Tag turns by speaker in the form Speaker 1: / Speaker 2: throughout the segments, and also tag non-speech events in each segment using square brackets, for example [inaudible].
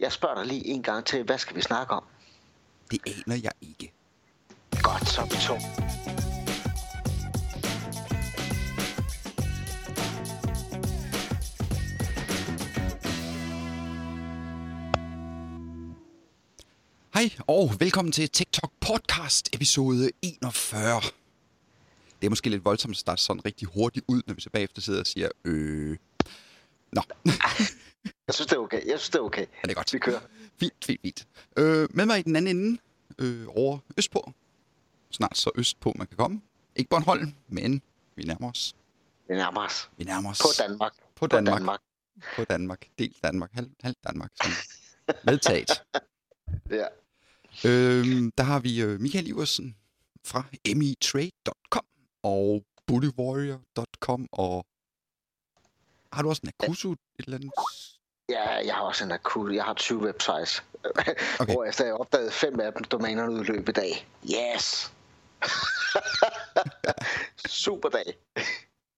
Speaker 1: Jeg spørger dig lige en gang til, hvad skal vi snakke om?
Speaker 2: Det aner jeg ikke.
Speaker 1: Godt, så er vi to.
Speaker 2: Hej og velkommen til TikTok podcast episode 41. Det er måske lidt voldsomt at starte sådan rigtig hurtigt ud, når vi så bagefter sidder og siger, øh... Nå,
Speaker 1: Jeg synes, det er okay. Jeg synes, det er okay.
Speaker 2: er det godt.
Speaker 1: Vi kører.
Speaker 2: Fint, fint, fint. Øh, med mig i den anden ende, øh, over Østpå. Snart så Østpå, man kan komme. Ikke Bornholm, men vi nærmer os.
Speaker 1: Vi nærmer os.
Speaker 2: Vi nærmer os
Speaker 1: På Danmark.
Speaker 2: På
Speaker 1: På
Speaker 2: Danmark.
Speaker 1: Danmark.
Speaker 2: På Danmark. Del Danmark. Halv, halv Danmark. Sådan. Medtaget.
Speaker 1: Ja.
Speaker 2: Øhm, der har vi øh, Michael Iversen fra mitrade.com og bullywarrior.com og har du også en akusu et eller andet?
Speaker 1: ja, jeg har også en akut. Jeg har 20 websites. [laughs]
Speaker 2: Okay.
Speaker 1: Okay. Hvor jeg stadig opdagede fem af dem, domænerne udløb i dag. Yes! [laughs] Super dag.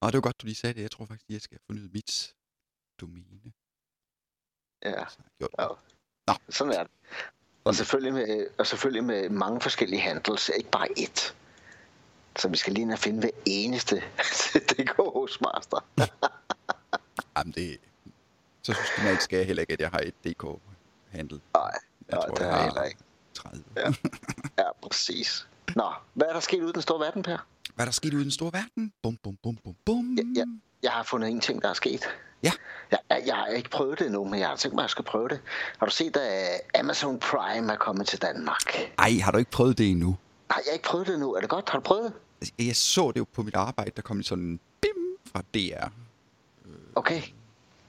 Speaker 2: Og det var godt, du lige sagde det. Jeg tror faktisk, jeg skal fornyet mit domæne. Altså,
Speaker 1: Ja,
Speaker 2: Så har jeg gjort det.
Speaker 1: Ja. sådan er det. Og selvfølgelig med, og selvfølgelig med mange forskellige handles, ikke bare ét. Så vi skal lige ind og finde hver eneste [laughs] DK Hostmaster.
Speaker 2: Jamen, det... Så systematisk skal jeg heller ikke, at jeg har et DK-handel.
Speaker 1: Nej,
Speaker 2: jeg
Speaker 1: nej,
Speaker 2: tror,
Speaker 1: det har
Speaker 2: jeg
Speaker 1: jeg
Speaker 2: har
Speaker 1: heller ikke.
Speaker 2: 30.
Speaker 1: Ja. Ja, præcis. Nå, hvad er der sket ude i den store verden, Per?
Speaker 2: [laughs] Hvad er der sket ude i den store verden? Bum, bum, bum, bum, bum.
Speaker 1: Ja, ja. Jeg har fundet en ting, der er sket.
Speaker 2: Ja.
Speaker 1: Jeg, jeg, jeg har ikke prøvet det endnu, men jeg har tænkt mig, at jeg skal prøve det. Har du set, at Amazon Prime er kommet til Danmark?
Speaker 2: Ej, har du ikke prøvet det endnu?
Speaker 1: Nej, jeg har ikke prøvet det endnu. Er det godt? Har du prøvet det?
Speaker 2: Altså, Jeg så det jo på mit arbejde, der kom sådan en bim fra DR,
Speaker 1: Okay.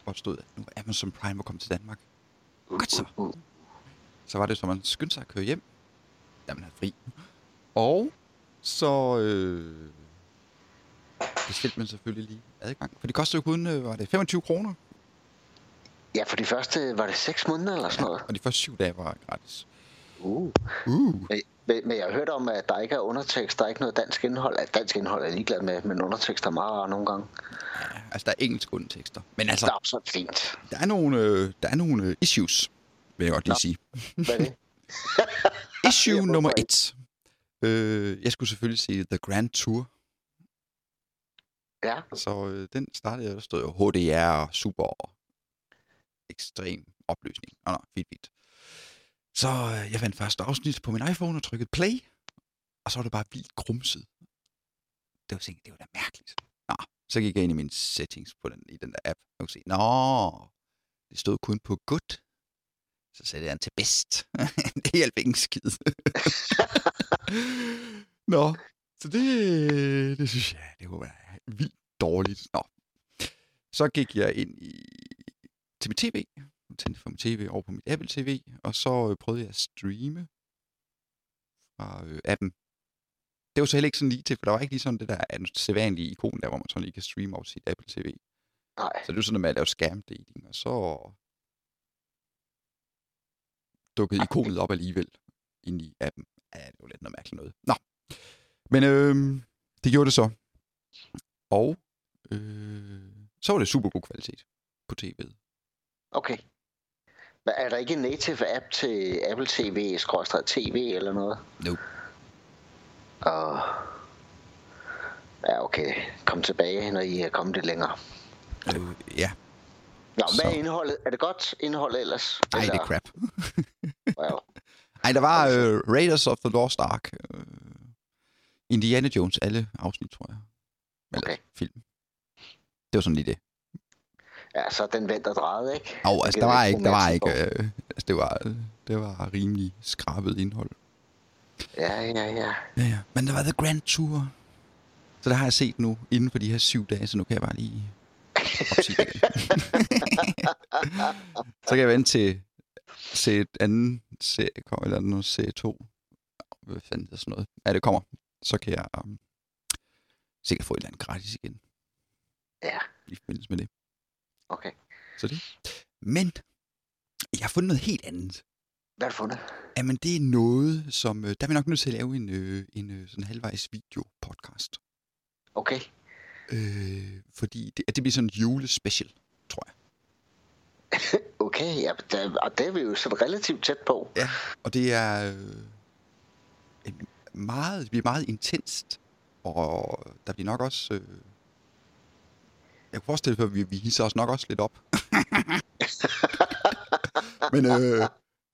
Speaker 2: hvor der stod, at nu er Amazon Prime var kommet til Danmark.
Speaker 1: Uh,
Speaker 2: Godt så.
Speaker 1: uh, uh.
Speaker 2: Så var det, som man skyndte sig at køre hjem, da man havde fri. Og så øh, bestilte man selvfølgelig lige adgang. For det kostede jo kun, øh, var det 25 kroner,
Speaker 1: Ja, for de første, var det seks måneder eller sådan noget?
Speaker 2: og de første syv dage var gratis.
Speaker 1: Uh.
Speaker 2: Uh,
Speaker 1: Men- Men, men jeg har hørt om, at der ikke er undertekst, der er ikke noget dansk indhold. At dansk indhold er jeg ligeglad med, men undertekst er meget rare nogle gange.
Speaker 2: altså der er engelske undertekster. Men altså,
Speaker 1: Så. Nå, så fint.
Speaker 2: der er nogle, øh, der er nogle øh, issues, vil jeg godt lige
Speaker 1: Nå.
Speaker 2: sige.
Speaker 1: Hvad er
Speaker 2: [laughs]
Speaker 1: det?
Speaker 2: Issue
Speaker 1: Jeg
Speaker 2: nummer
Speaker 1: håber
Speaker 2: et. Øh, jeg skulle selvfølgelig se The Grand Tour.
Speaker 1: Ja,
Speaker 2: Så øh, den startede, jeg, der stod jo HDR, super og ekstrem opløsning. Nå, nå, fint, fint. Så øh, jeg fandt første afsnit på min iPhone og trykkede play, og så var det bare vildt grumset. Det var jeg tænkte, det var da mærkeligt. Nå, så gik jeg ind i mine settings på den, i den der app, og kunne se, nå, det stod kun på good. Så satte jeg den til bedst. [laughs] det hjalp ingen skid. nå, så det, det synes jeg, det kunne være vildt dårligt. Nå. Så gik jeg ind i, til mit tv, tændte for mit tv over på mit Apple TV, og så øh, prøvede jeg at streame fra øh, appen. Det var så heller ikke sådan lige til, for der var ikke lige sådan det der an- sædvanlige ikon der, hvor man sådan lige kan streame over sit Apple TV.
Speaker 1: nej.
Speaker 2: Så det var sådan noget med at lave scam dating, og så dukkede
Speaker 1: Ah,
Speaker 2: ikonet op alligevel ind i appen. Ja, det var lidt noget mærkeligt noget. Nå, men øh, det gjorde det så. Og øh, så var det super god kvalitet på tv'et.
Speaker 1: Okay. Hvad, er der ikke en native app til Apple TV, skråstret TV eller noget?
Speaker 2: Nope.
Speaker 1: Og... Ja, okay. Kom tilbage, når I er kommet lidt længere.
Speaker 2: Øh, ja,
Speaker 1: Nå, hvad
Speaker 2: Så.
Speaker 1: er indholdet? Er det godt indhold ellers?
Speaker 2: ej, det er
Speaker 1: Eller-
Speaker 2: crap.
Speaker 1: Wow.
Speaker 2: Ej, der var øh, Raiders of the Lost Ark. Øh, Indiana Jones, alle afsnit, tror jeg. Eller
Speaker 1: Okay.
Speaker 2: film. Det var sådan lige det.
Speaker 1: Ja, så er den vendt og drejet, ikke?
Speaker 2: Og altså, der
Speaker 1: gider
Speaker 2: var
Speaker 1: jeg ikke
Speaker 2: ikke, der var
Speaker 1: bruge
Speaker 2: ikke,
Speaker 1: min tid
Speaker 2: øh, altså, det var, øh, det var rimelig skrabet indhold.
Speaker 1: Ja, ja, ja.
Speaker 2: Ja, ja. Men der var The Grand Tour. Så der har jeg set nu, inden for de her syv dage, så nu kan jeg bare lige... opsige
Speaker 1: [laughs]
Speaker 2: det. så kan jeg vente til se anden serie, kom- eller nu serie 2. Hvad fanden er sådan noget? Ja, det kommer. Så kan jeg um, sikkert få et eller andet gratis igen
Speaker 1: Ja,
Speaker 2: i forbindelse med det.
Speaker 1: okay.
Speaker 2: Så det. Men jeg har fundet noget helt andet.
Speaker 1: Hvad har du fundet?
Speaker 2: Jamen, det er noget, som... øh, Der er vi nok nødt til at lave en, øh, en øh, sådan halvvejs video-podcast.
Speaker 1: Okay.
Speaker 2: Øh, fordi det, det bliver sådan en julespecial, tror jeg.
Speaker 1: Okay, ja, der, og det er vi jo så relativt tæt på.
Speaker 2: Ja, og det er øh, en meget, det bliver meget intenst, og der bliver nok også... Øh, jeg kunne forestille mig, at vi, vi hisser os nok også lidt op. [laughs] men øh,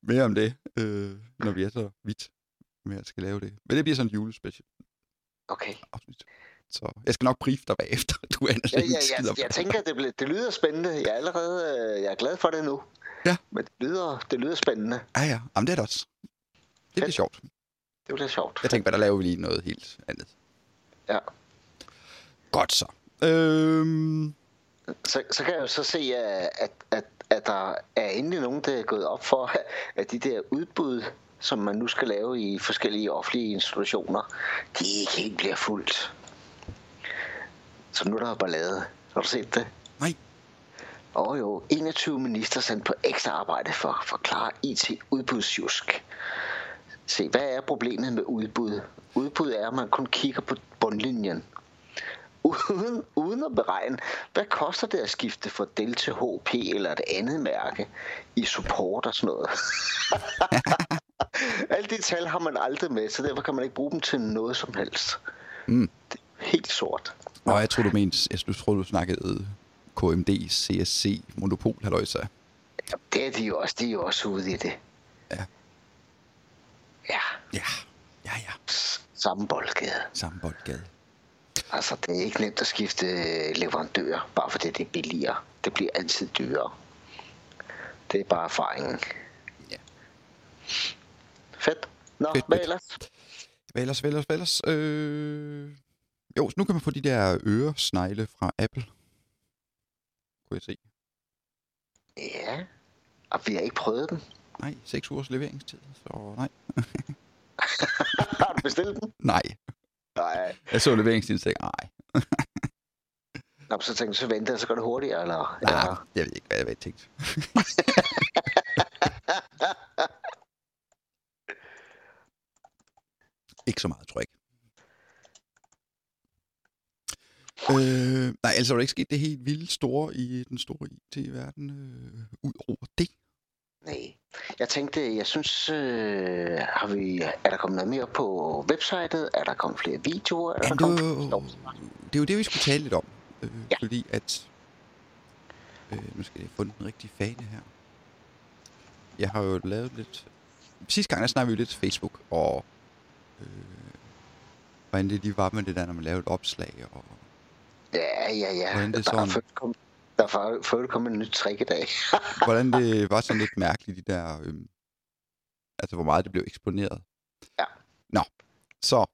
Speaker 2: mere om det, øh, når vi er så vidt med at skal lave det. Men det bliver sådan en julespecial [laughs]
Speaker 1: Okay.
Speaker 2: afsnit. Så jeg skal nok brief dig bagefter, [laughs] du Anders.
Speaker 1: Ja,
Speaker 2: ikke
Speaker 1: ja,
Speaker 2: skider
Speaker 1: jeg, jeg tænker, det, bliver, det lyder spændende. Jeg er allerede øh, jeg er glad for det nu.
Speaker 2: Ja.
Speaker 1: Men det lyder, det lyder spændende.
Speaker 2: Ja, Ah, ja. Jamen, det er det også. Det bliver
Speaker 1: Fedt.
Speaker 2: sjovt.
Speaker 1: Det bliver sjovt.
Speaker 2: Jeg tænkte bare, der laver vi lige noget helt andet.
Speaker 1: Ja.
Speaker 2: Godt så. Øhm,
Speaker 1: Så, så kan jeg jo så se, øh, at, at, at der er endelig nogen, der er gået op for, at de der udbud, som man nu skal lave i forskellige offentlige institutioner, de ikke helt bliver fuldt. Så nu er der ballade. Har du set det?
Speaker 2: nej,
Speaker 1: Og jo, 21 minister sendt på ekstra arbejde for at forklare IT-udbudsjusk. Se, hvad er problemet med udbud? Udbud er, at man kun kigger på bundlinjen. Uden, uden at beregne, hvad koster det at skifte fra Dell til HP eller et andet mærke i support og sådan noget? Alle de tal har man aldrig med, så derfor kan man ikke bruge dem til noget som helst.
Speaker 2: Mm.
Speaker 1: Det er helt sort.
Speaker 2: Nå, jeg tror du mente, jeg tror du snakkede KMD, CSC, Monopol, halløjsa.
Speaker 1: Det er de jo også. De er jo også ude i det.
Speaker 2: Ja.
Speaker 1: Ja,
Speaker 2: Ja, ja, ja.
Speaker 1: s- samme boldgade.
Speaker 2: Samme boldgade.
Speaker 1: Altså, det er ikke nemt at skifte øh, leverandør, bare fordi det er billigere. Det bliver altid dyrere. Det er bare erfaringen.
Speaker 2: Ja.
Speaker 1: Fedt. Nå,
Speaker 2: Fedt,
Speaker 1: fedt, hvad
Speaker 2: fedt.
Speaker 1: ellers?
Speaker 2: Hvad ellers, hvad ellers, hvad ellers? Øh... Jo, så nu kan man få de der øresnegle fra Apple. Kunne jeg se.
Speaker 1: Ja. Og vi har ikke prøvet dem.
Speaker 2: Nej, 6 ugers leveringstid, så nej.
Speaker 1: Har du bestilt
Speaker 2: [laughs]
Speaker 1: dem?
Speaker 2: Nej,
Speaker 1: Nej.
Speaker 2: jeg så leveringstiden, så tænkte, jeg, nej,
Speaker 1: Nå, men så tænkte jeg, så venter jeg, så går det hurtigere, eller?
Speaker 2: nej,
Speaker 1: eller?
Speaker 2: jeg ved ikke, hvad jeg havde tænkt. ikke så meget, tror jeg ikke. Øh, nej, altså er der ikke sket det helt vildt store i den store IT-verden, øh, ud over det.
Speaker 1: Nej. Jeg tænkte, jeg synes, øh, har vi, er der kommet noget mere på websitet? Er der kommet flere videoer? Er der
Speaker 2: Jamen, det,
Speaker 1: kommet
Speaker 2: er jo,
Speaker 1: flere
Speaker 2: det er jo det, vi skulle tale lidt om. Øh, ja.
Speaker 1: Ja.
Speaker 2: Fordi at... Øh, nu skal jeg finde den rigtige fane her. Jeg har jo lavet lidt... Sidste gang, der snakkede vi jo lidt Facebook, og... Øh, hvordan det lige var med det der, når man lavede et opslag, og...
Speaker 1: Ja, ja, ja.
Speaker 2: Hvordan det
Speaker 1: der, er
Speaker 2: sådan?
Speaker 1: før kom, der er før- før kommet en nyt trick i dag.
Speaker 2: Hvordan det var sådan lidt mærkeligt, de der... Øh, altså, hvor meget det blev eksponeret.
Speaker 1: Ja.
Speaker 2: Nå, så...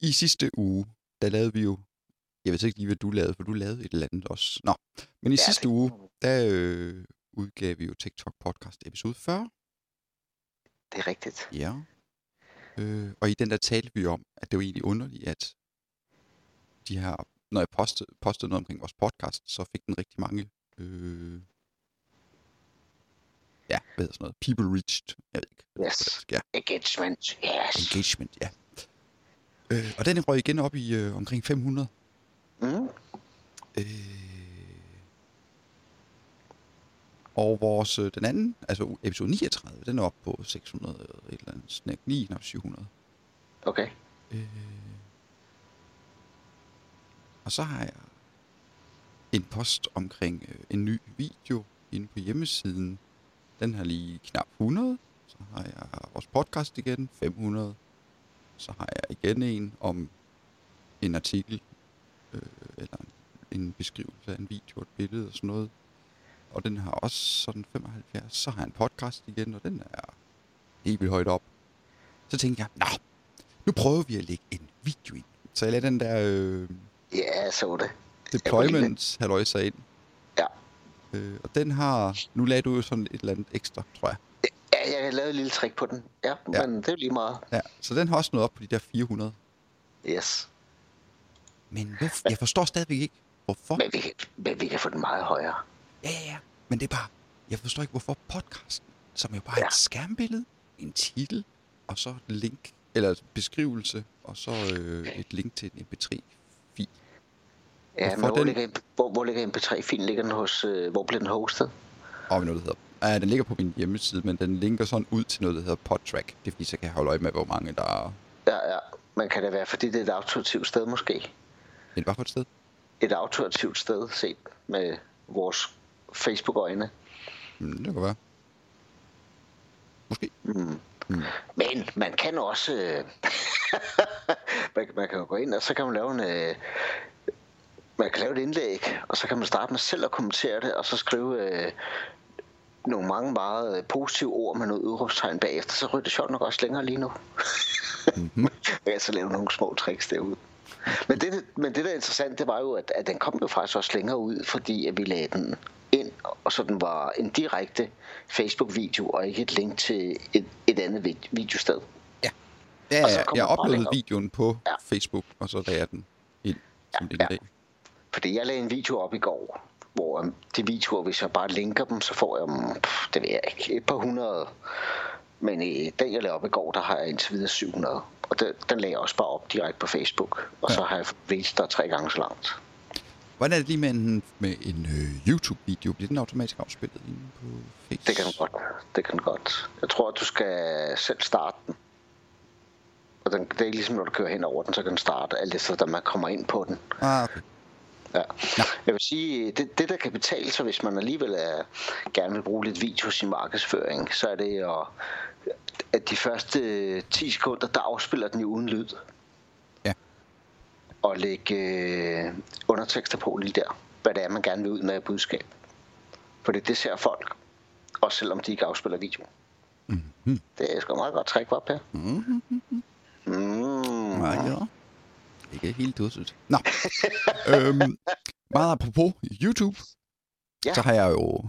Speaker 2: I sidste uge, der lavede vi jo... Jeg ved ikke lige, hvad du lavede, for du lavede et eller andet også. Nå, men i
Speaker 1: Ja,
Speaker 2: ja, sidste
Speaker 1: det-
Speaker 2: uge, der øh, udgav vi jo TikTok podcast episode 40.
Speaker 1: Det er rigtigt.
Speaker 2: Ja. Øh, og i den der talte vi om, at det var egentlig underligt, at de her, når jeg postede, postede noget omkring vores podcast, så fik den rigtig mange, øh, ja, hvad hedder sådan noget, people reached, jeg ved ikke, hvad det hedder på
Speaker 1: Yes.
Speaker 2: dansk, ja,
Speaker 1: Engagement, yes.
Speaker 2: engagement, ja. Øh, og den røg igen op i øh, omkring 500.
Speaker 1: Mm.
Speaker 2: Øh. Og vores, øh, den anden, altså episode 39, den er oppe på 600 eller et eller andet, snæk, 9, knap 700.
Speaker 1: Okay.
Speaker 2: Øh. Og så har jeg en post omkring øh, en ny video inde på hjemmesiden. Den har lige knap 100. Så har jeg vores podcast igen, 500. Så har jeg igen en om en artikel, øh, eller en, en beskrivelse af en video, et billede og sådan noget. Og den har også sådan 75. Så har jeg en podcast igen, og den er helt vildt højt op. Så tænkte jeg, nå, nu prøver vi at lægge en video ind. Så jeg lader den der øh,
Speaker 1: Ja, jeg så det.
Speaker 2: deployment halløj sig ind.
Speaker 1: Ja.
Speaker 2: Øh, og den har... Nu lagde du jo sådan et eller andet ekstra, tror jeg.
Speaker 1: Ja, jeg lavede et lille trick på den. Ja,
Speaker 2: Ja.
Speaker 1: ja. men det er jo lige meget.
Speaker 2: Ja, så den har også nået op på de der 400.
Speaker 1: Yes.
Speaker 2: Men hvorf- jeg forstår stadigvæk ikke, hvorfor...
Speaker 1: Men vi, kan, men vi kan få den meget højere.
Speaker 2: Ja, ja, ja. Men det er bare... Jeg forstår ikke, hvorfor podcasten, som jo bare er
Speaker 1: Ja.
Speaker 2: et skærmbillede, en titel, og så et link, eller en beskrivelse, og så øh, et link til en mp3-fil.
Speaker 1: Ja,
Speaker 2: Hvorfor
Speaker 1: men hvor,
Speaker 2: den?
Speaker 1: ligger, MP- hvor, hvor ligger MP3-filen? Ligger den hos, øh, hvor bliver den hostet?
Speaker 2: Og noget, der hedder... Ja, den ligger på min hjemmeside, men den linker sådan ud til noget, der hedder Podtrack. Det er fordi, så kan jeg holde øje med, hvor mange der er...
Speaker 1: Ja, ja. Man kan da være, fordi det er et autoritivt sted måske.
Speaker 2: Men hvad for et sted?
Speaker 1: Et autoritivt sted set med vores Facebook-øjne.
Speaker 2: Hmm, det kan være. Måske.
Speaker 1: Mm. Men man kan også... Øh, [laughs] man, man kan jo gå ind, og så kan man lave en... Øh, man kan lave et indlæg, og så kan man starte med selv at kommentere det, og så skrive øh, nogle mange meget øh, positive ord med noget udråbstegn bagefter, så ryger det sjovt nok også længere lige nu.
Speaker 2: Mm-hmm.
Speaker 1: Jeg kan så lave nogle små tricks derude. Men det, men det der er interessant, det var jo, at, at den kom jo faktisk også længere ud, fordi at vi lagde den ind, og så den var en direkte Facebook-video, og ikke et link til et, et andet vid- videosted.
Speaker 2: Ja,
Speaker 1: Og så
Speaker 2: ja,
Speaker 1: kommer den
Speaker 2: jeg
Speaker 1: bare
Speaker 2: uploadede
Speaker 1: længere op.
Speaker 2: videoen på ja.
Speaker 1: Ja.
Speaker 2: Facebook, og så lagde jeg den ind som det
Speaker 1: ja.
Speaker 2: ja.
Speaker 1: Fordi jeg lagde en video op i går, hvor øhm, de videoer, hvis jeg bare linker dem, så får jeg, dem, pff, det ved jeg ikke, et par hundrede. Men i den, jeg lavede op i går, der har jeg indtil videre 700. Og den, den lagde jeg også bare op direkte på Facebook. Og
Speaker 2: Ja.
Speaker 1: så har jeg reached der tre gange så langt.
Speaker 2: Hvordan er det lige med en, med en øh, YouTube-video? Bliver den automatisk afspillet inde på Facebook?
Speaker 1: Det kan den godt. Det kan den godt. Jeg tror, at du skal selv starte den. Og den, det er ligesom, når du kører hen over den, så kan den starte alt efter, da man kommer ind på den.
Speaker 2: Ah, okay.
Speaker 1: Ja. Jeg vil sige, det, det der kan betale sig, hvis man alligevel er, gerne vil bruge lidt video i sin markedsføring, så er det at, at de første 10 sekunder, der afspiller den jo uden lyd.
Speaker 2: Ja.
Speaker 1: Og lægge øh, undertekster på lige der, hvad det er, man gerne vil ud med af budskab. Fordi det ser folk, også selvom de ikke afspiller video.
Speaker 2: Mm-hmm.
Speaker 1: Det er sgu et meget godt trick, var Per?
Speaker 2: Mm-hmm.
Speaker 1: Mm.
Speaker 2: Nej, ja. Ikke helt dødsigt. Nå. øhm, meget apropos YouTube, ja.
Speaker 1: Ja.
Speaker 2: så har jeg jo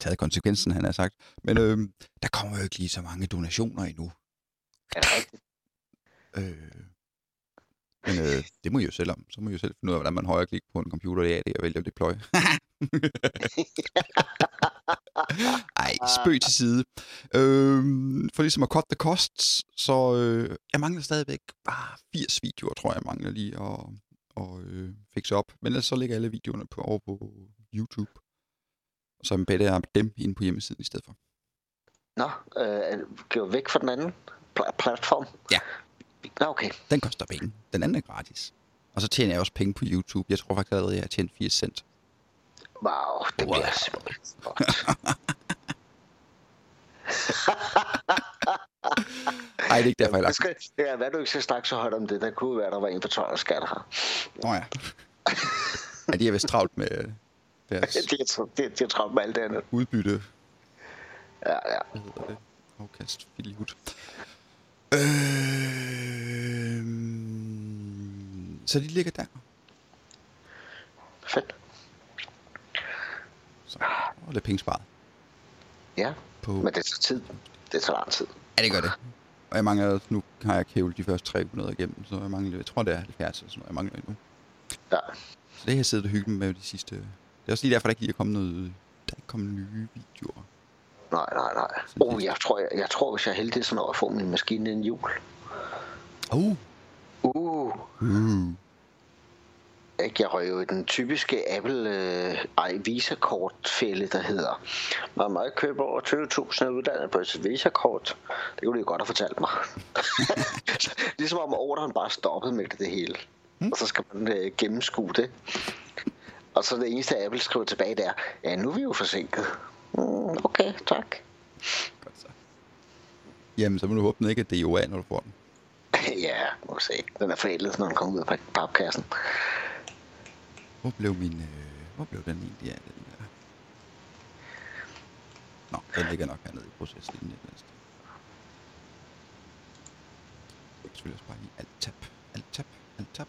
Speaker 2: taget konsekvensen, han har sagt. Men øhm, der kommer jo ikke lige så mange donationer endnu.
Speaker 1: Er det rigtigt?
Speaker 2: Øh, men øh, det må I jo selv om. Så må I jo selv finde ud af, hvordan man højreklik på en computer i AD og vælger deploy. Ej, spøg til side. Øh, for ligesom at cut the costs, så øh, jeg mangler stadigvæk bare 80 videoer, tror jeg, jeg mangler lige at, og, øh, fikse op. Men ellers så ligger alle videoerne på, over på YouTube. Og så embedder jeg dem inde på hjemmesiden i stedet for.
Speaker 1: Nå, øh, er du gået væk fra den anden pla- platform?
Speaker 2: Ja.
Speaker 1: Nå, okay.
Speaker 2: Den koster penge. Den anden er gratis. Og så tjener jeg også penge på YouTube. Jeg tror faktisk allerede, jeg har tjent 80 cent.
Speaker 1: Wow, det
Speaker 2: Wow.
Speaker 1: bliver simpelthen godt.
Speaker 2: Nej, det er ikke derfor, jeg har
Speaker 1: Jeg
Speaker 2: lagt
Speaker 1: skal, ja, hvad du ikke skal snakke så højt om det, der kunne være, der var en på tøj og skat her.
Speaker 2: Nå ja. ja, de er vist travlt med øh, deres
Speaker 1: Det er, tr- det, er- det er travlt med alt det andet.
Speaker 2: udbytte.
Speaker 1: Ja, ja.
Speaker 2: Hvad hedder det? Afkast. Filihut. Øh... Øhm, Så de ligger der.
Speaker 1: Fedt.
Speaker 2: Så og lidt penge sparet.
Speaker 1: Ja,
Speaker 2: På...
Speaker 1: men det tager tid. Det tager lang tid.
Speaker 2: Ja, det gør det. Og jeg mangler, nu har jeg kævlet de første 300 igennem, så jeg mangler, jeg tror det er 70 eller sådan noget, jeg mangler endnu.
Speaker 1: Ja.
Speaker 2: Så det har jeg siddet og hygget med de sidste... Det er også lige derfor, der ikke lige er kommet noget... Der er ikke kommet nye videoer.
Speaker 1: Nej, nej, nej. Oh, jeg tror, jeg, jeg tror, hvis jeg er heldig, så når jeg får min maskine inden jul.
Speaker 2: Oh!
Speaker 1: Uh,
Speaker 2: Uh.
Speaker 1: ikke? Jeg røg jo i den typiske Apple øh, ej, Visa-kortfælde, der hedder, man må ikke købe over 20.000 af uddannet på et Visa-kort. Det kunne de jo godt have fortalt [laughs] mig. ligesom om ordren bare stoppede med det, det hele.
Speaker 2: Mm.
Speaker 1: Og så skal man øh, gennemskue det. Og så det eneste, Apple skriver tilbage, der, ja, nu er vi jo forsinket. Mm, okay, tak.
Speaker 2: Godt så. Jamen, så må du håbe, den ikke er DOA, når du får den.
Speaker 1: [laughs] ja, må vi se. Den er forældet, når den kommer ud af pak- papkassen.
Speaker 2: Hvor blev min... Øh, hvor blev den egentlig af, den der? Nå, den ligger nok hernede i proceslinjen. et eller andet sted. Jeg kan selvfølgelig også bare lige alt-tab, alt-tab, alt-tab.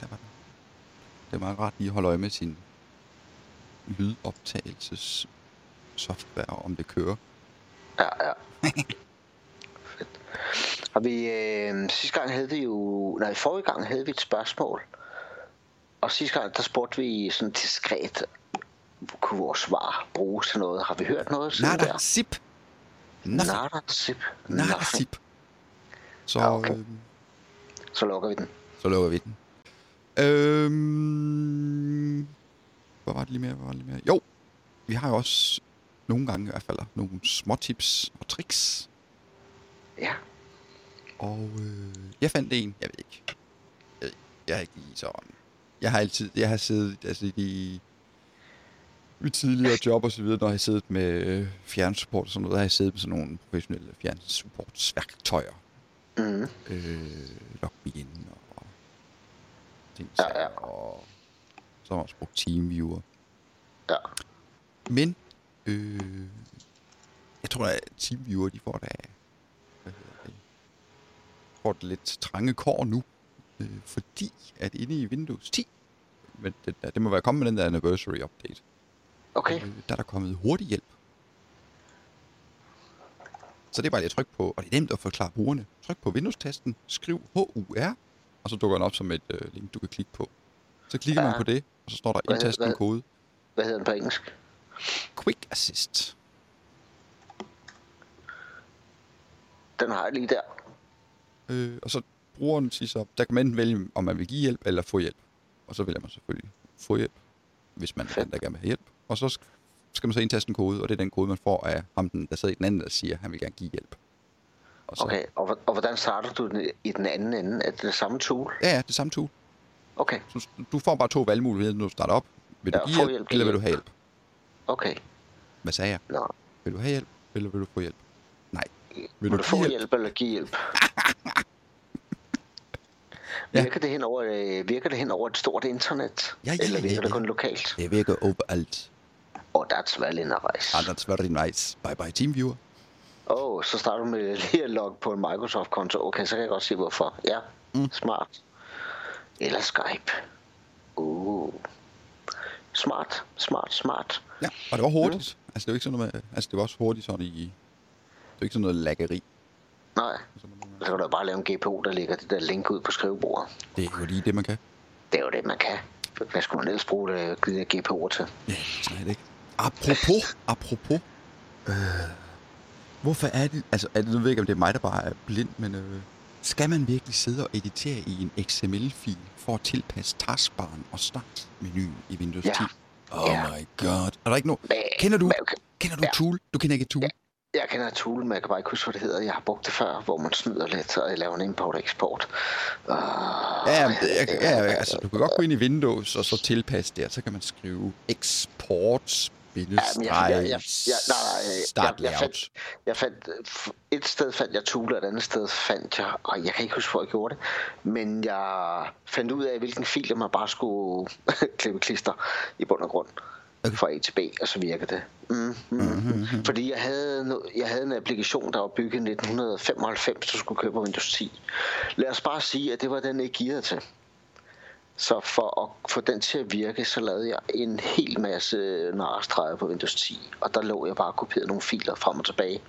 Speaker 2: Der var den. Det er meget rart lige at holde øje med sin lydoptagelses software, om det kører.
Speaker 1: Ja, ja. Fedt. Og vi, øh, sidste gang havde vi jo, nej, forrige gang havde vi et spørgsmål. Og sidste gang, der spurgte vi sådan diskret, kunne vores svar bruges til noget? Har vi hørt noget siden
Speaker 2: Nada,
Speaker 1: der?
Speaker 2: zip! Nothing.
Speaker 1: Nada, sip.
Speaker 2: Nada, zip. Så,
Speaker 1: Ja, Ah, okay.
Speaker 2: øhm,
Speaker 1: Så lukker vi den.
Speaker 2: Så lukker vi den. Øhm... Hvad var det lige mere? Hvad var det lige mere? Jo! vi har jo også nogle gange i hvert fald nogle små tips og tricks.
Speaker 1: Ja.
Speaker 2: Og øh, jeg fandt en, jeg ved ikke. Jeg, ved ikke, jeg er ikke lige sådan. Jeg har altid, jeg har siddet altså, i mit tidligere job og så videre, når jeg har siddet med øh, fjernsupport og sådan noget, der har jeg siddet med sådan nogle professionelle fjernsupportsværktøjer.
Speaker 1: Mm.
Speaker 2: øh, Log Me In og ting
Speaker 1: Ja,
Speaker 2: ja, ja.
Speaker 1: ja.
Speaker 2: og så har man også brugt TeamViewer.
Speaker 1: Ja.
Speaker 2: Men øh, jeg tror, at TeamViewer de får da hvad hedder det, får det lidt trange kår nu, øh, fordi at inde i Windows 10, men det, der, det må være kommet med den der anniversary update,
Speaker 1: Okay.
Speaker 2: øh, der er der kommet hurtig hjælp. Så det er bare lige at trykke på, og det er nemt at forklare brugerne. Tryk på Windows-tasten, skriv HUR, og så dukker den op som et øh, link, du kan klikke på. Så klikker ja. man
Speaker 1: Ja.
Speaker 2: på det, og så står der
Speaker 1: Hvad-
Speaker 2: indtast en
Speaker 1: hvad-
Speaker 2: kode.
Speaker 1: Hvad hedder den på engelsk?
Speaker 2: Quick Assist.
Speaker 1: Den har jeg lige der.
Speaker 2: Øh, og så brugeren siger så, der kan man enten vælge, om man vil give hjælp eller få hjælp. Og så vælger man selvfølgelig få hjælp, hvis man er den, der gerne vil have hjælp. Og så sk- skal man så indtaste en kode, og det er den kode, man får af ham, den, der sidder i den anden, der siger, at han vil gerne give hjælp. Og så,
Speaker 1: Okay. Og, hvor- og hvordan starter du den i den anden ende? Er det det samme tool?
Speaker 2: Ja, ja, det samme tool.
Speaker 1: Okay.
Speaker 2: Så du får bare to valgmuligheder, når du starter op. Vil du
Speaker 1: Ja,
Speaker 2: give
Speaker 1: få
Speaker 2: hjælp,
Speaker 1: hjælp,
Speaker 2: eller
Speaker 1: give
Speaker 2: vil du have hjælp?
Speaker 1: Okay.
Speaker 2: Hvad sagde jeg?
Speaker 1: Nå.
Speaker 2: Vil du have hjælp, eller vil du få hjælp? Nej.
Speaker 1: Vil du, få hjælp? hjælp eller give hjælp?
Speaker 2: [laughs] Ja.
Speaker 1: Virker, det hen over, øh, virker det hen over et stort internet?
Speaker 2: Ja, ja,
Speaker 1: eller
Speaker 2: ja,
Speaker 1: virker det
Speaker 2: ja.
Speaker 1: kun lokalt?
Speaker 2: Det virker overalt.
Speaker 1: Og oh, that's well in a race.
Speaker 2: Anders, var det nice. Bye bye, TeamViewer.
Speaker 1: Åh, oh, så starter du med [laughs] lige at logge på en Microsoft-konto. Okay, så kan jeg godt se hvorfor. Ja,
Speaker 2: Mm.
Speaker 1: mm. smart. Eller Skype. Uh. Smart, smart, smart.
Speaker 2: Ja, og det var hurtigt. Altså, det var ikke sådan noget med, altså, det var også hurtigt sådan i... Det var ikke sådan noget laggeri.
Speaker 1: Nej,
Speaker 2: Sådan noget med-
Speaker 1: så kan du bare lave en GPO, der lægger det der link ud på skrivebordet.
Speaker 2: Det er jo lige det, man kan.
Speaker 1: Det er jo det, man kan. Hvad skulle man ellers bruge øh, de der GPO'er til?
Speaker 2: Ja, slet ikke. Apropos, apropos. Øh, hvorfor er det... Altså, er det, nu ved jeg ikke, om det er mig, der bare er blind, men... Øh, skal man virkelig sidde og editere i en XML-fil for at tilpasse taskbaren og startmenuen i Windows 10?
Speaker 1: Ja.
Speaker 2: Oh
Speaker 1: Ja.
Speaker 2: my god. Er der ikke nogen...
Speaker 1: Hvad-
Speaker 2: Kender du,
Speaker 1: hvad-
Speaker 2: kender du
Speaker 1: Ja.
Speaker 2: Tool? Du kender ikke Tool?
Speaker 1: Jeg kender et tool, men jeg kan bare ikke huske, hvad det hedder. Jeg har brugt det før, hvor man snyder lidt og laver en import-eksport. Uh,
Speaker 2: Ja, men det- jeg, ja, ja, altså du kan godt gå ind i Windows og så tilpasse det, og så kan man skrive export
Speaker 1: Jamen, jeg, jeg, jeg, jeg,
Speaker 2: bindestreg
Speaker 1: nej, nej, jeg,
Speaker 2: start
Speaker 1: jeg,
Speaker 2: layout.
Speaker 1: fandt, jeg fandt, øh, et sted fandt jeg Tula, et andet sted fandt jeg, og jeg kan ikke huske, hvor jeg gjorde det, men jeg fandt ud af, hvilken fil man bare skulle [laughs] klippe klister i bund og grund
Speaker 2: Okay.
Speaker 1: okay. fra A til B, og så virkede det. Mm, mm. Mm-hmm. Fordi jeg havde, no- jeg havde en applikation, der var bygget i 1995, der skulle købe på Windows 10. Lad os bare sige, at det var den, ikke gearet til. Så for at få den til at virke, så lavede jeg en hel masse narestreger på Windows 10, og der lå jeg bare og kopierede nogle filer frem og tilbage.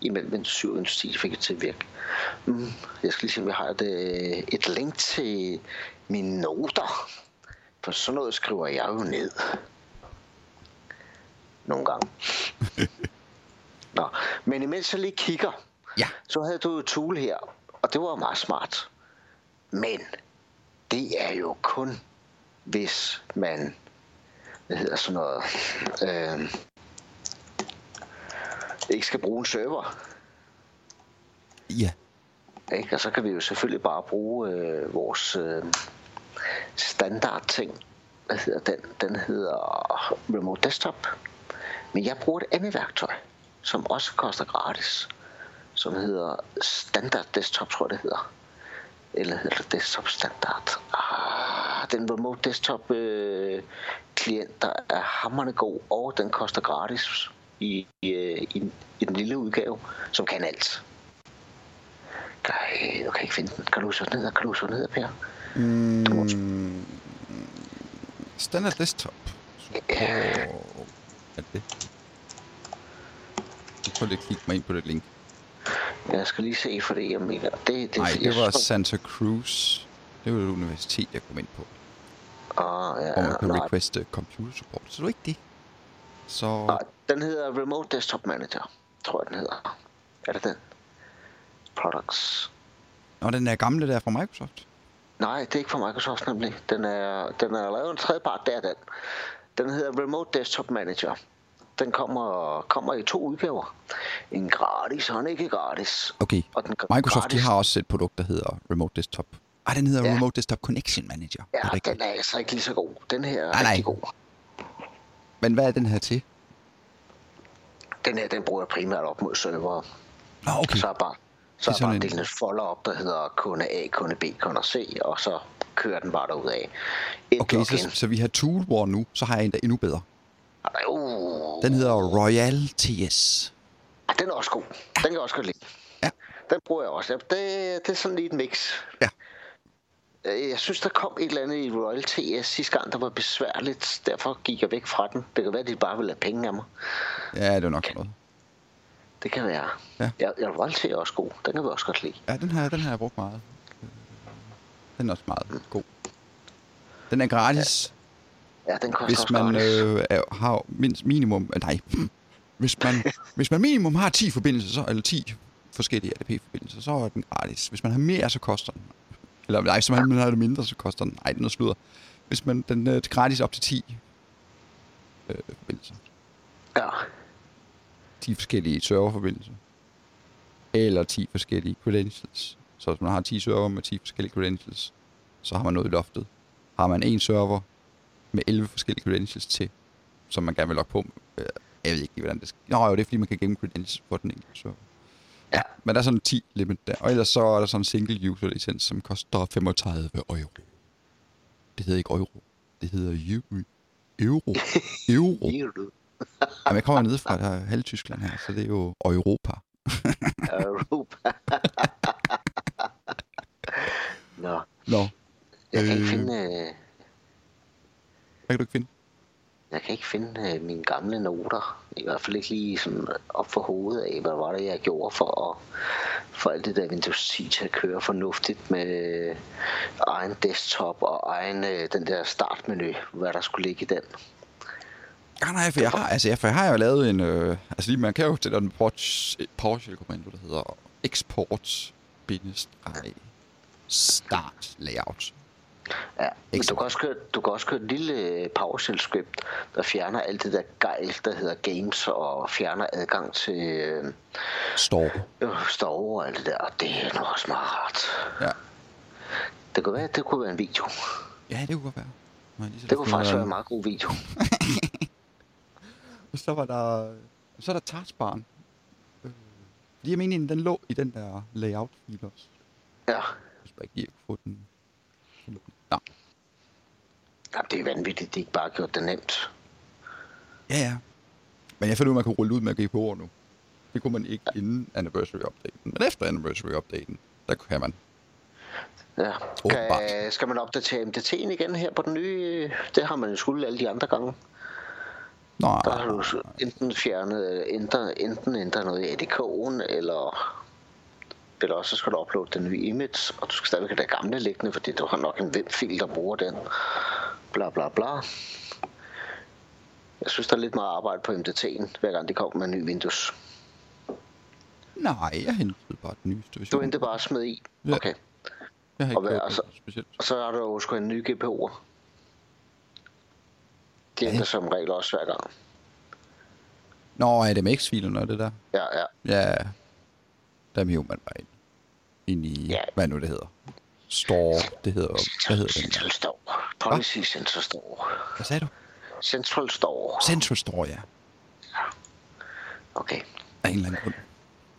Speaker 1: Imellem Windows 7 og Windows 10 fik det til at virke. Mm, jeg skal lige se, om jeg har et, øh, et link til mine noter. For sådan noget skriver jeg jo ned. Nogle gange. Nå, men imens jeg lige kigger,
Speaker 2: Ja,
Speaker 1: så havde du jo Tool her, og det var meget smart. Men det er jo kun, hvis man, hvad hedder sådan noget, øh, ikke skal bruge en server.
Speaker 2: ja.
Speaker 1: Ikke? Og så kan vi jo selvfølgelig bare bruge øh, vores øh, standard ting. Hvad hedder den? Den hedder Remote Desktop. Men jeg bruger et andet værktøj, som også koster gratis, som hedder Standard Desktop, tror jeg det hedder. Eller hedder det Desktop Standard? Ah, den Remote Desktop øh, klient, der er hammerne god, og den koster gratis i, i, øh, i, i den lille udgave, som kan alt. Nej, jeg kan ikke finde den. Kan du huske, hvad den hedder? Kan du huske, hvad den hedder, Per?
Speaker 2: Mm, standard desktop. Support.
Speaker 1: Ja.
Speaker 2: Er det? Jeg prøver lige at kigge mig ind på det link.
Speaker 1: Jeg skal lige se, for det, jeg mener. Det, det,
Speaker 2: Nej,
Speaker 1: jeg
Speaker 2: det var
Speaker 1: synes-
Speaker 2: Santa Cruz. Det var et universitet, jeg kom ind på.
Speaker 1: Ah, ja,
Speaker 2: Hvor man kan
Speaker 1: nej.
Speaker 2: requeste computer support. Så det var ikke det. Så...
Speaker 1: Ah, Den hedder Remote Desktop Manager, tror jeg, den hedder. Er det den? Products.
Speaker 2: Nå, den er gamle der fra Microsoft.
Speaker 1: Nej, det er ikke fra Microsoft nemlig. Den er, den er lavet en tredjepart, det er den. Den hedder Remote Desktop Manager. Den kommer, kommer i to udgaver. En gratis og en ikke gratis.
Speaker 2: Okay,
Speaker 1: Og den
Speaker 2: Microsoft de
Speaker 1: gratis,
Speaker 2: har også et produkt, der hedder Remote Desktop. Ah, den hedder ja.
Speaker 1: Ja.
Speaker 2: Remote Desktop Connection Manager. det er
Speaker 1: Ja,
Speaker 2: rigtigt.
Speaker 1: den er altså ikke lige så god. Den her er
Speaker 2: Nej, nej.
Speaker 1: rigtig god.
Speaker 2: Men hvad er den her til?
Speaker 1: Den her, den bruger jeg primært op mod servere.
Speaker 2: Nå, okay.
Speaker 1: Så er bare, så
Speaker 2: er
Speaker 1: er
Speaker 2: sådan
Speaker 1: bare
Speaker 2: en-
Speaker 1: en... delt folder op, der hedder kunde A, kunde B, kunde C, og så kører den bare derud af. Et
Speaker 2: Okay, så, så vi har Tool War nu, så har jeg en, der er endnu bedre.
Speaker 1: Uh, Ah,
Speaker 2: Den hedder Royal TS.
Speaker 1: den er også god. Den kan jeg også godt lide.
Speaker 2: Ja.
Speaker 1: Den bruger jeg også. Ja, Det, det er sådan lige et mix.
Speaker 2: Ja.
Speaker 1: Øh, Jeg synes, der kom et eller andet i Royal TS sidste gang, der var besværligt. Derfor gik jeg væk fra den. Det kan være, at de bare vil have penge af mig.
Speaker 2: Ja, det er nok sådan noget.
Speaker 1: Det kan være.
Speaker 2: Ja.
Speaker 1: Jeg, jeg Royal TS er også god. Den kan vi også godt lide.
Speaker 2: Ja, den har, den har jeg brugt meget. Den er også meget god. Den er gratis,
Speaker 1: Ja, den koster
Speaker 2: hvis
Speaker 1: også
Speaker 2: man
Speaker 1: gratis.
Speaker 2: øh, er, har mindst minimum... øh, Nej, [laughs] hvis man, hvis man minimum har 10 forbindelser, så, eller 10 forskellige ADP-forbindelser, så er den gratis. Hvis man har mere, så koster den. Eller nej, hvis man har det mindre, så koster den. Nej, den er sludder. Hvis man, den øh, er gratis op til 10 øh, forbindelser.
Speaker 1: Ja.
Speaker 2: Oh. 10 forskellige serverforbindelser. Eller 10 forskellige credentials. Så hvis man har 10 server med 10 forskellige credentials, så har man noget i loftet. Har man en server med 11 forskellige credentials til, som man gerne vil logge på, øh, jeg ved ikke lige, hvordan det skal. Nå jo, det er fordi, man kan gemme credentials på den enkelte server. Ja, men der er sådan 10 limit der. Og ellers så er der sådan en single user licens, som koster 35 euro. Det hedder ikke euro. Det hedder euro. Euro.
Speaker 1: [laughs]
Speaker 2: Euro.
Speaker 1: Lige du.
Speaker 2: Jamen, jeg kommer ned fra der er halv Tyskland her, så det er jo og Europa.
Speaker 1: Europa. [laughs] Nå,
Speaker 2: Nå,
Speaker 1: jeg kan ikke
Speaker 2: Øh.
Speaker 1: finde, øh,
Speaker 2: hvad kan du ikke finde?
Speaker 1: jeg kan ikke finde øh, mine gamle noter. I hvert fald ikke lige sådan op for hovedet af, hvad var det, jeg gjorde for at få alt det der Windows 10 til at køre fornuftigt med øh, egen desktop og egen øh, den der startmenu, hvad der skulle ligge i den.
Speaker 2: Ja, nej, for jeg har, altså, jeg, for jeg har jo lavet en... Øh, altså, lige, man kan jo til den Porsche, Porsche kommando, der hedder export start layout.
Speaker 1: Ja, men
Speaker 2: Ikke så
Speaker 1: du kan, også køre, du kan også køre et lille øh, PowerShell script, der fjerner alt det der gejl, der hedder games, og fjerner adgang til øh,
Speaker 2: Store.
Speaker 1: øh, store og alt det der. Og det er nok også meget rart.
Speaker 2: Ja.
Speaker 1: Det kunne være, at det kunne være en video.
Speaker 2: ja, det kunne godt være. Må jeg lige så
Speaker 1: Det kunne faktisk være en
Speaker 2: meget.
Speaker 1: meget god video.
Speaker 2: Så var der... Så er der taskbaren. Øh, Fordi jeg mener, den lå i den der layout-fil også.
Speaker 1: Ja,
Speaker 2: Hvis man ikke lige kunne få den... Nå.
Speaker 1: Jamen, det er vanvittigt, de ikke bare har gjort det nemt.
Speaker 2: Ja, ja. Men jeg fandt ud af, at man kunne rulle ud med GPO'er nu. Det kunne man ikke inden anniversary updaten. Men efter anniversary updaten, der kan man.
Speaker 1: Ja.
Speaker 2: Åbenbart.
Speaker 1: Kan, skal man opdatere MDT'en igen her på den nye? Det har man jo skulle alle de andre gange.
Speaker 2: Nå,
Speaker 1: Der har du så enten fjernet, øh, ændret, enten ændret noget i ADK'en, eller, eller også så skal du uploade den nye image, og du skal stadigvæk have det gamle liggende, fordi du har nok en webfil, der bruger den. Bla bla bla. Jeg synes, der er lidt meget arbejde på MDT'en, hver gang de kommer med en ny Windows.
Speaker 2: nej, jeg hentede bare den nyeste version.
Speaker 1: Du endte bare smed i.
Speaker 2: Ja.
Speaker 1: Okay.
Speaker 2: Jeg har
Speaker 1: og
Speaker 2: ikke
Speaker 1: hvad-
Speaker 2: kørt
Speaker 1: altså-
Speaker 2: noget specielt.
Speaker 1: Og så har du jo sgu en ny GPU'er. De
Speaker 2: Ja.
Speaker 1: ændrer som regel også hver gang.
Speaker 2: Nå, er det med X-filen og det der?
Speaker 1: Ja, ja.
Speaker 2: Ja, der hiver man bare ind. Ind i,
Speaker 1: Ja.
Speaker 2: hvad nu det hedder. Store, det hedder, hvad hedder den?
Speaker 1: Central Store. Policy Central Store.
Speaker 2: Hvad sagde du?
Speaker 1: Central Store.
Speaker 2: Central Store, ja.
Speaker 1: Okay.
Speaker 2: Af en eller anden grund.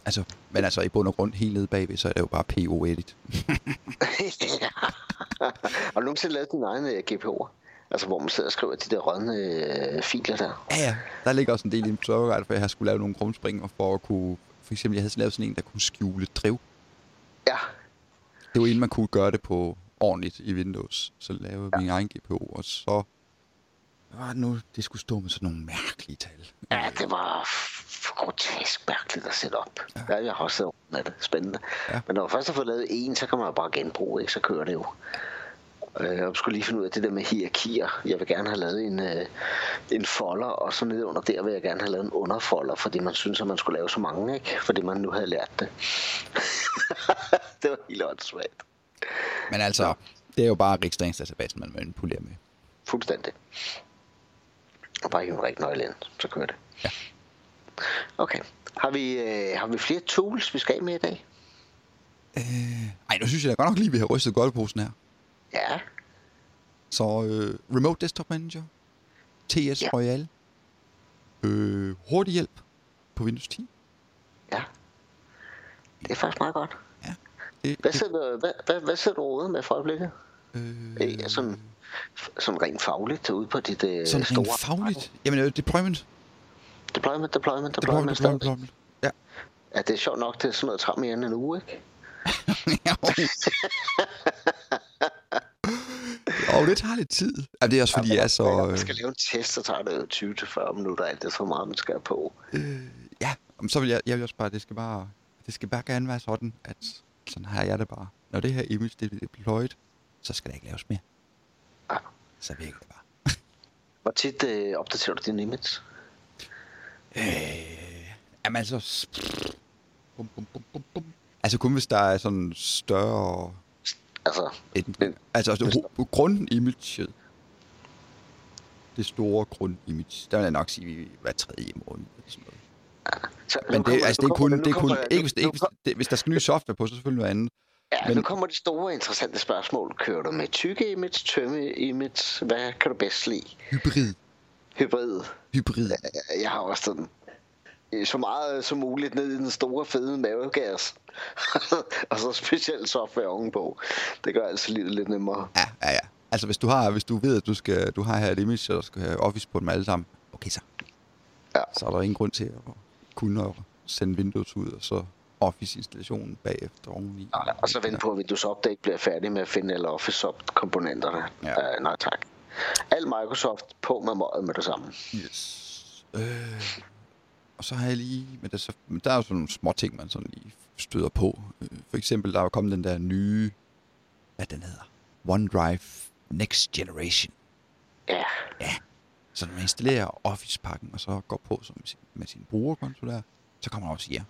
Speaker 2: Altså, men altså i bund og grund helt nede bagved, så er det jo bare PO-edit.
Speaker 1: ja. [laughs] Har du nogensinde lavet din egen uh, GPU'er? Altså, hvor man sidder og skriver de der rødne øh, filer der.
Speaker 2: Ja, ja. Der ligger også en del i en serverguide, for jeg har skulle lave nogle krumspringer for at kunne... For eksempel, jeg havde lavet sådan en, der kunne skjule driv.
Speaker 1: Ja,
Speaker 2: Det var inden man kunne gøre det på ordentligt i Windows. Så lavede ja. min egen GPU, og så... Ah, nu, det skulle stå med sådan nogle mærkelige tal.
Speaker 1: ja det var f- grotesk mærkeligt at sætte op. Ja. ja jeg har også siddet med det. Spændende.
Speaker 2: Ja.
Speaker 1: Ja. Men når man først har fået lavet en, så kan man jo bare genbruge, ikke? Så kører det jo. Øh, Jeg skulle lige finde ud af det der med hierarkier. Jeg vil gerne have lavet en, øh, en folder, og så nede under der vil jeg gerne have lavet en underfolder, fordi man synes, at man skulle lave så mange, ikke? Fordi man nu havde lært det. [laughs] det var helt åndssvagt.
Speaker 2: Men altså, det er jo bare registreringsdatabasen, man manipulerer med.
Speaker 1: Fuldstændig. Og bare hive en rigtig nøgle ind, så kører det. Ja. Okay. Har vi, øh, har vi flere tools, vi skal af med i dag?
Speaker 2: Øh, ej, nu synes jeg da godt nok lige, vi har rystet golfposen her.
Speaker 1: Ja.
Speaker 2: Så øh, Remote Desktop Manager, TS
Speaker 1: Ja.
Speaker 2: Royal, øh, hurtig hjælp på Windows 10.
Speaker 1: Ja. Det er faktisk meget godt.
Speaker 2: Det,
Speaker 1: Hvad
Speaker 2: det,
Speaker 1: sidder, du- hvad, hvad, hvad sidder du ude med for øjeblikket?
Speaker 2: øh,
Speaker 1: Øh, sådan, sådan rent fagligt ude på dit øh,
Speaker 2: sådan
Speaker 1: store...
Speaker 2: rent fagligt. Jamen, øh, deployment.
Speaker 1: Deployment, deployment,
Speaker 2: Deployment,
Speaker 1: deployment. deployment.
Speaker 2: deployment, deployment. [laughs] Ja.
Speaker 1: Ja, det er sjovt nok, det er sådan noget tram i en uge, ikke?
Speaker 2: Og det tager lidt tid. Jamen, det er også fordi, jeg er så...
Speaker 1: Og, man
Speaker 2: øh,
Speaker 1: skal lave en test, så tager det 20-40 minutter, alt det er så meget, man skal have på.
Speaker 2: Øh, ja, Jamen, så vil jeg, jeg vil også bare, det skal bare, det skal bare gerne være sådan, at sådan har jeg det bare. Når det her image, det bliver deployed, så skal der ikke laves mere.
Speaker 1: Ah.
Speaker 2: Så virker det bare.
Speaker 1: Hvor tit øh, opdaterer du din image?
Speaker 2: Øh, jamen altså, s- bum, bum, bum, bum, bum. altså kun hvis der er sådan større
Speaker 1: Altså,
Speaker 2: ændringer. Altså, altså ho- grundimaget, det store grundimage, der vil jeg nok sige, hver tredje måned. Eller sådan noget.
Speaker 1: så,
Speaker 2: Men
Speaker 1: Altså, nu
Speaker 2: det,
Speaker 1: kommer-
Speaker 2: altså,
Speaker 1: nu
Speaker 2: det er kun,
Speaker 1: kommer-
Speaker 2: det er
Speaker 1: nu
Speaker 2: kun,
Speaker 1: kommer-
Speaker 2: ikke, hvis,
Speaker 1: nu-
Speaker 2: ikke,
Speaker 1: nu
Speaker 2: hvis, det, hvis der skal ny software på, så selvfølgelig noget andet.
Speaker 1: Ja,
Speaker 2: Men-
Speaker 1: men... nu kommer det store interessante spørgsmål. Kører du med tykke image, tømme image? Hvad kan du bedst lide?
Speaker 2: Hybrid.
Speaker 1: Hybrid.
Speaker 2: Hybrid.
Speaker 1: Jeg har også den. Øh, Så meget som muligt ned i den store, fede mavegas. [laughs] og så specielt software ovenpå. Det gør altså livet lidt nemmere.
Speaker 2: Ja, ja, ja. Altså, hvis du, har, hvis du ved, at du, skal, du har her et image, og du skal have office på dem alle sammen, okay så.
Speaker 1: Ja.
Speaker 2: Så er der ingen grund til at kunne at sende Windows ud, og så Office-installationen bagefter oveni.
Speaker 1: Ja, Og så vente på, at Windows Update bliver færdig med at finde alle Office-komponenterne.
Speaker 2: Ja.
Speaker 1: Ja. Uh, nej tak. Alt Microsoft på med møget med det samme.
Speaker 2: Yes. Øh, og så har jeg lige... Men der, er så, men der er jo sådan nogle små ting, man sådan lige støder på. Øh, For eksempel, der er jo kommet den der nye... Hvad den hedder? OneDrive Next Generation.
Speaker 1: Ja,
Speaker 2: Så når man installerer Office-pakken, og så går på som sin, med sin brugerkonto der, så kommer der også ja,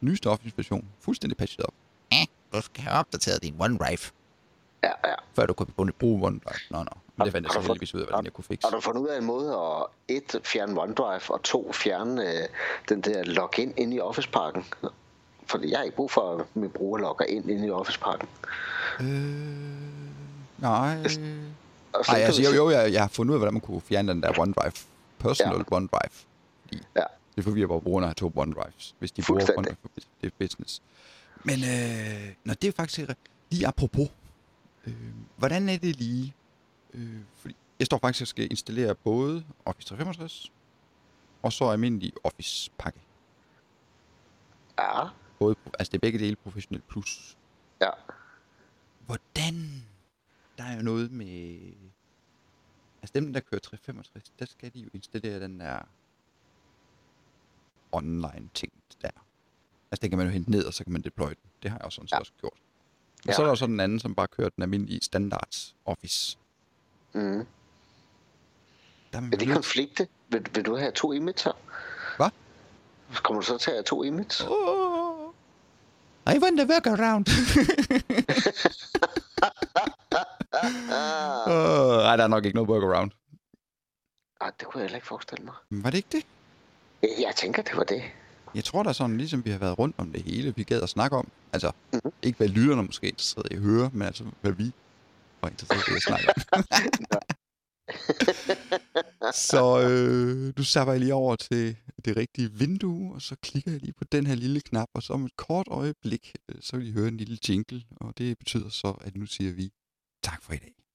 Speaker 2: nyeste Office-version, fuldstændig patchet op. Ja, du skal have opdateret din OneDrive,
Speaker 1: ja, ja.
Speaker 2: før du kan bruge OneDrive. Nå, nå. Men det fandt jeg
Speaker 1: Har
Speaker 2: så
Speaker 1: du fået-
Speaker 2: heldigvis ud af, hvordan jeg kunne fikse.
Speaker 1: Har du fundet ud af en måde at et fjerne OneDrive, og to fjerne øh, den der login ind i Office-pakken? Fordi jeg har ikke brug for, at min bruger logger ind, ind i Office-pakken.
Speaker 2: Øh, nej.
Speaker 1: Og så
Speaker 2: Nej,
Speaker 1: kan
Speaker 2: altså
Speaker 1: vi
Speaker 2: jo,
Speaker 1: se-
Speaker 2: jo, jeg, jeg har fundet ud af, hvordan man kunne fjerne den der OneDrive. Personal ja. OneDrive. Fordi
Speaker 1: Ja.
Speaker 2: Det forvirrer bare brugerne at have to OneDrives, hvis de bruger
Speaker 1: Fuldstændig.
Speaker 2: OneDrive for bus- det er business. Men øh, nå, det er faktisk lige apropos. Øh, hvordan er det lige? Øh, fordi jeg står faktisk og skal installere både Office 365 og så almindelig Office-pakke.
Speaker 1: Ja,
Speaker 2: Både, altså det er begge dele professionel plus.
Speaker 1: ja.
Speaker 2: Hvordan? Der er jo noget med... Altså dem, der kører 365, der skal de jo installere den der online ting der. Altså den kan man jo hente ned, og så kan man deploye den. Det har jeg også sådan set ja.
Speaker 1: Ja.
Speaker 2: også gjort. Men ja.
Speaker 1: Ja.
Speaker 2: så er der jo sådan en anden, som bare kører den almindelige standards office.
Speaker 1: Mm.
Speaker 2: Der er man
Speaker 1: Vil det
Speaker 2: nødt-
Speaker 1: konflikte? Vil, vil du have to imager?
Speaker 2: Mhm. Hvad?
Speaker 1: Kommer du så til at have to imager?
Speaker 2: Oh. I want a
Speaker 1: [laughs]
Speaker 2: workaround. oh, nej, der er nok ikke noget workaround.
Speaker 1: Ah, det kunne jeg heller ikke forestille mig.
Speaker 2: Men Var det ikke det?
Speaker 1: Jeg, jeg tænker, det var det.
Speaker 2: Jeg tror, der er sådan, ligesom vi har været rundt om det hele, vi gad at snakke om. Altså, mm-hmm. ikke hvad lytterne måske er interesseret i at høre, men altså, hvad vi var interesseret i at snakke om. så øh, nu zapper jeg lige over til det rigtige vindue, og så klikker jeg lige på den her lille knap, og så om et kort øjeblik, øh, så vil I høre en lille jingle, og det betyder så, at nu siger vi tak for i dag.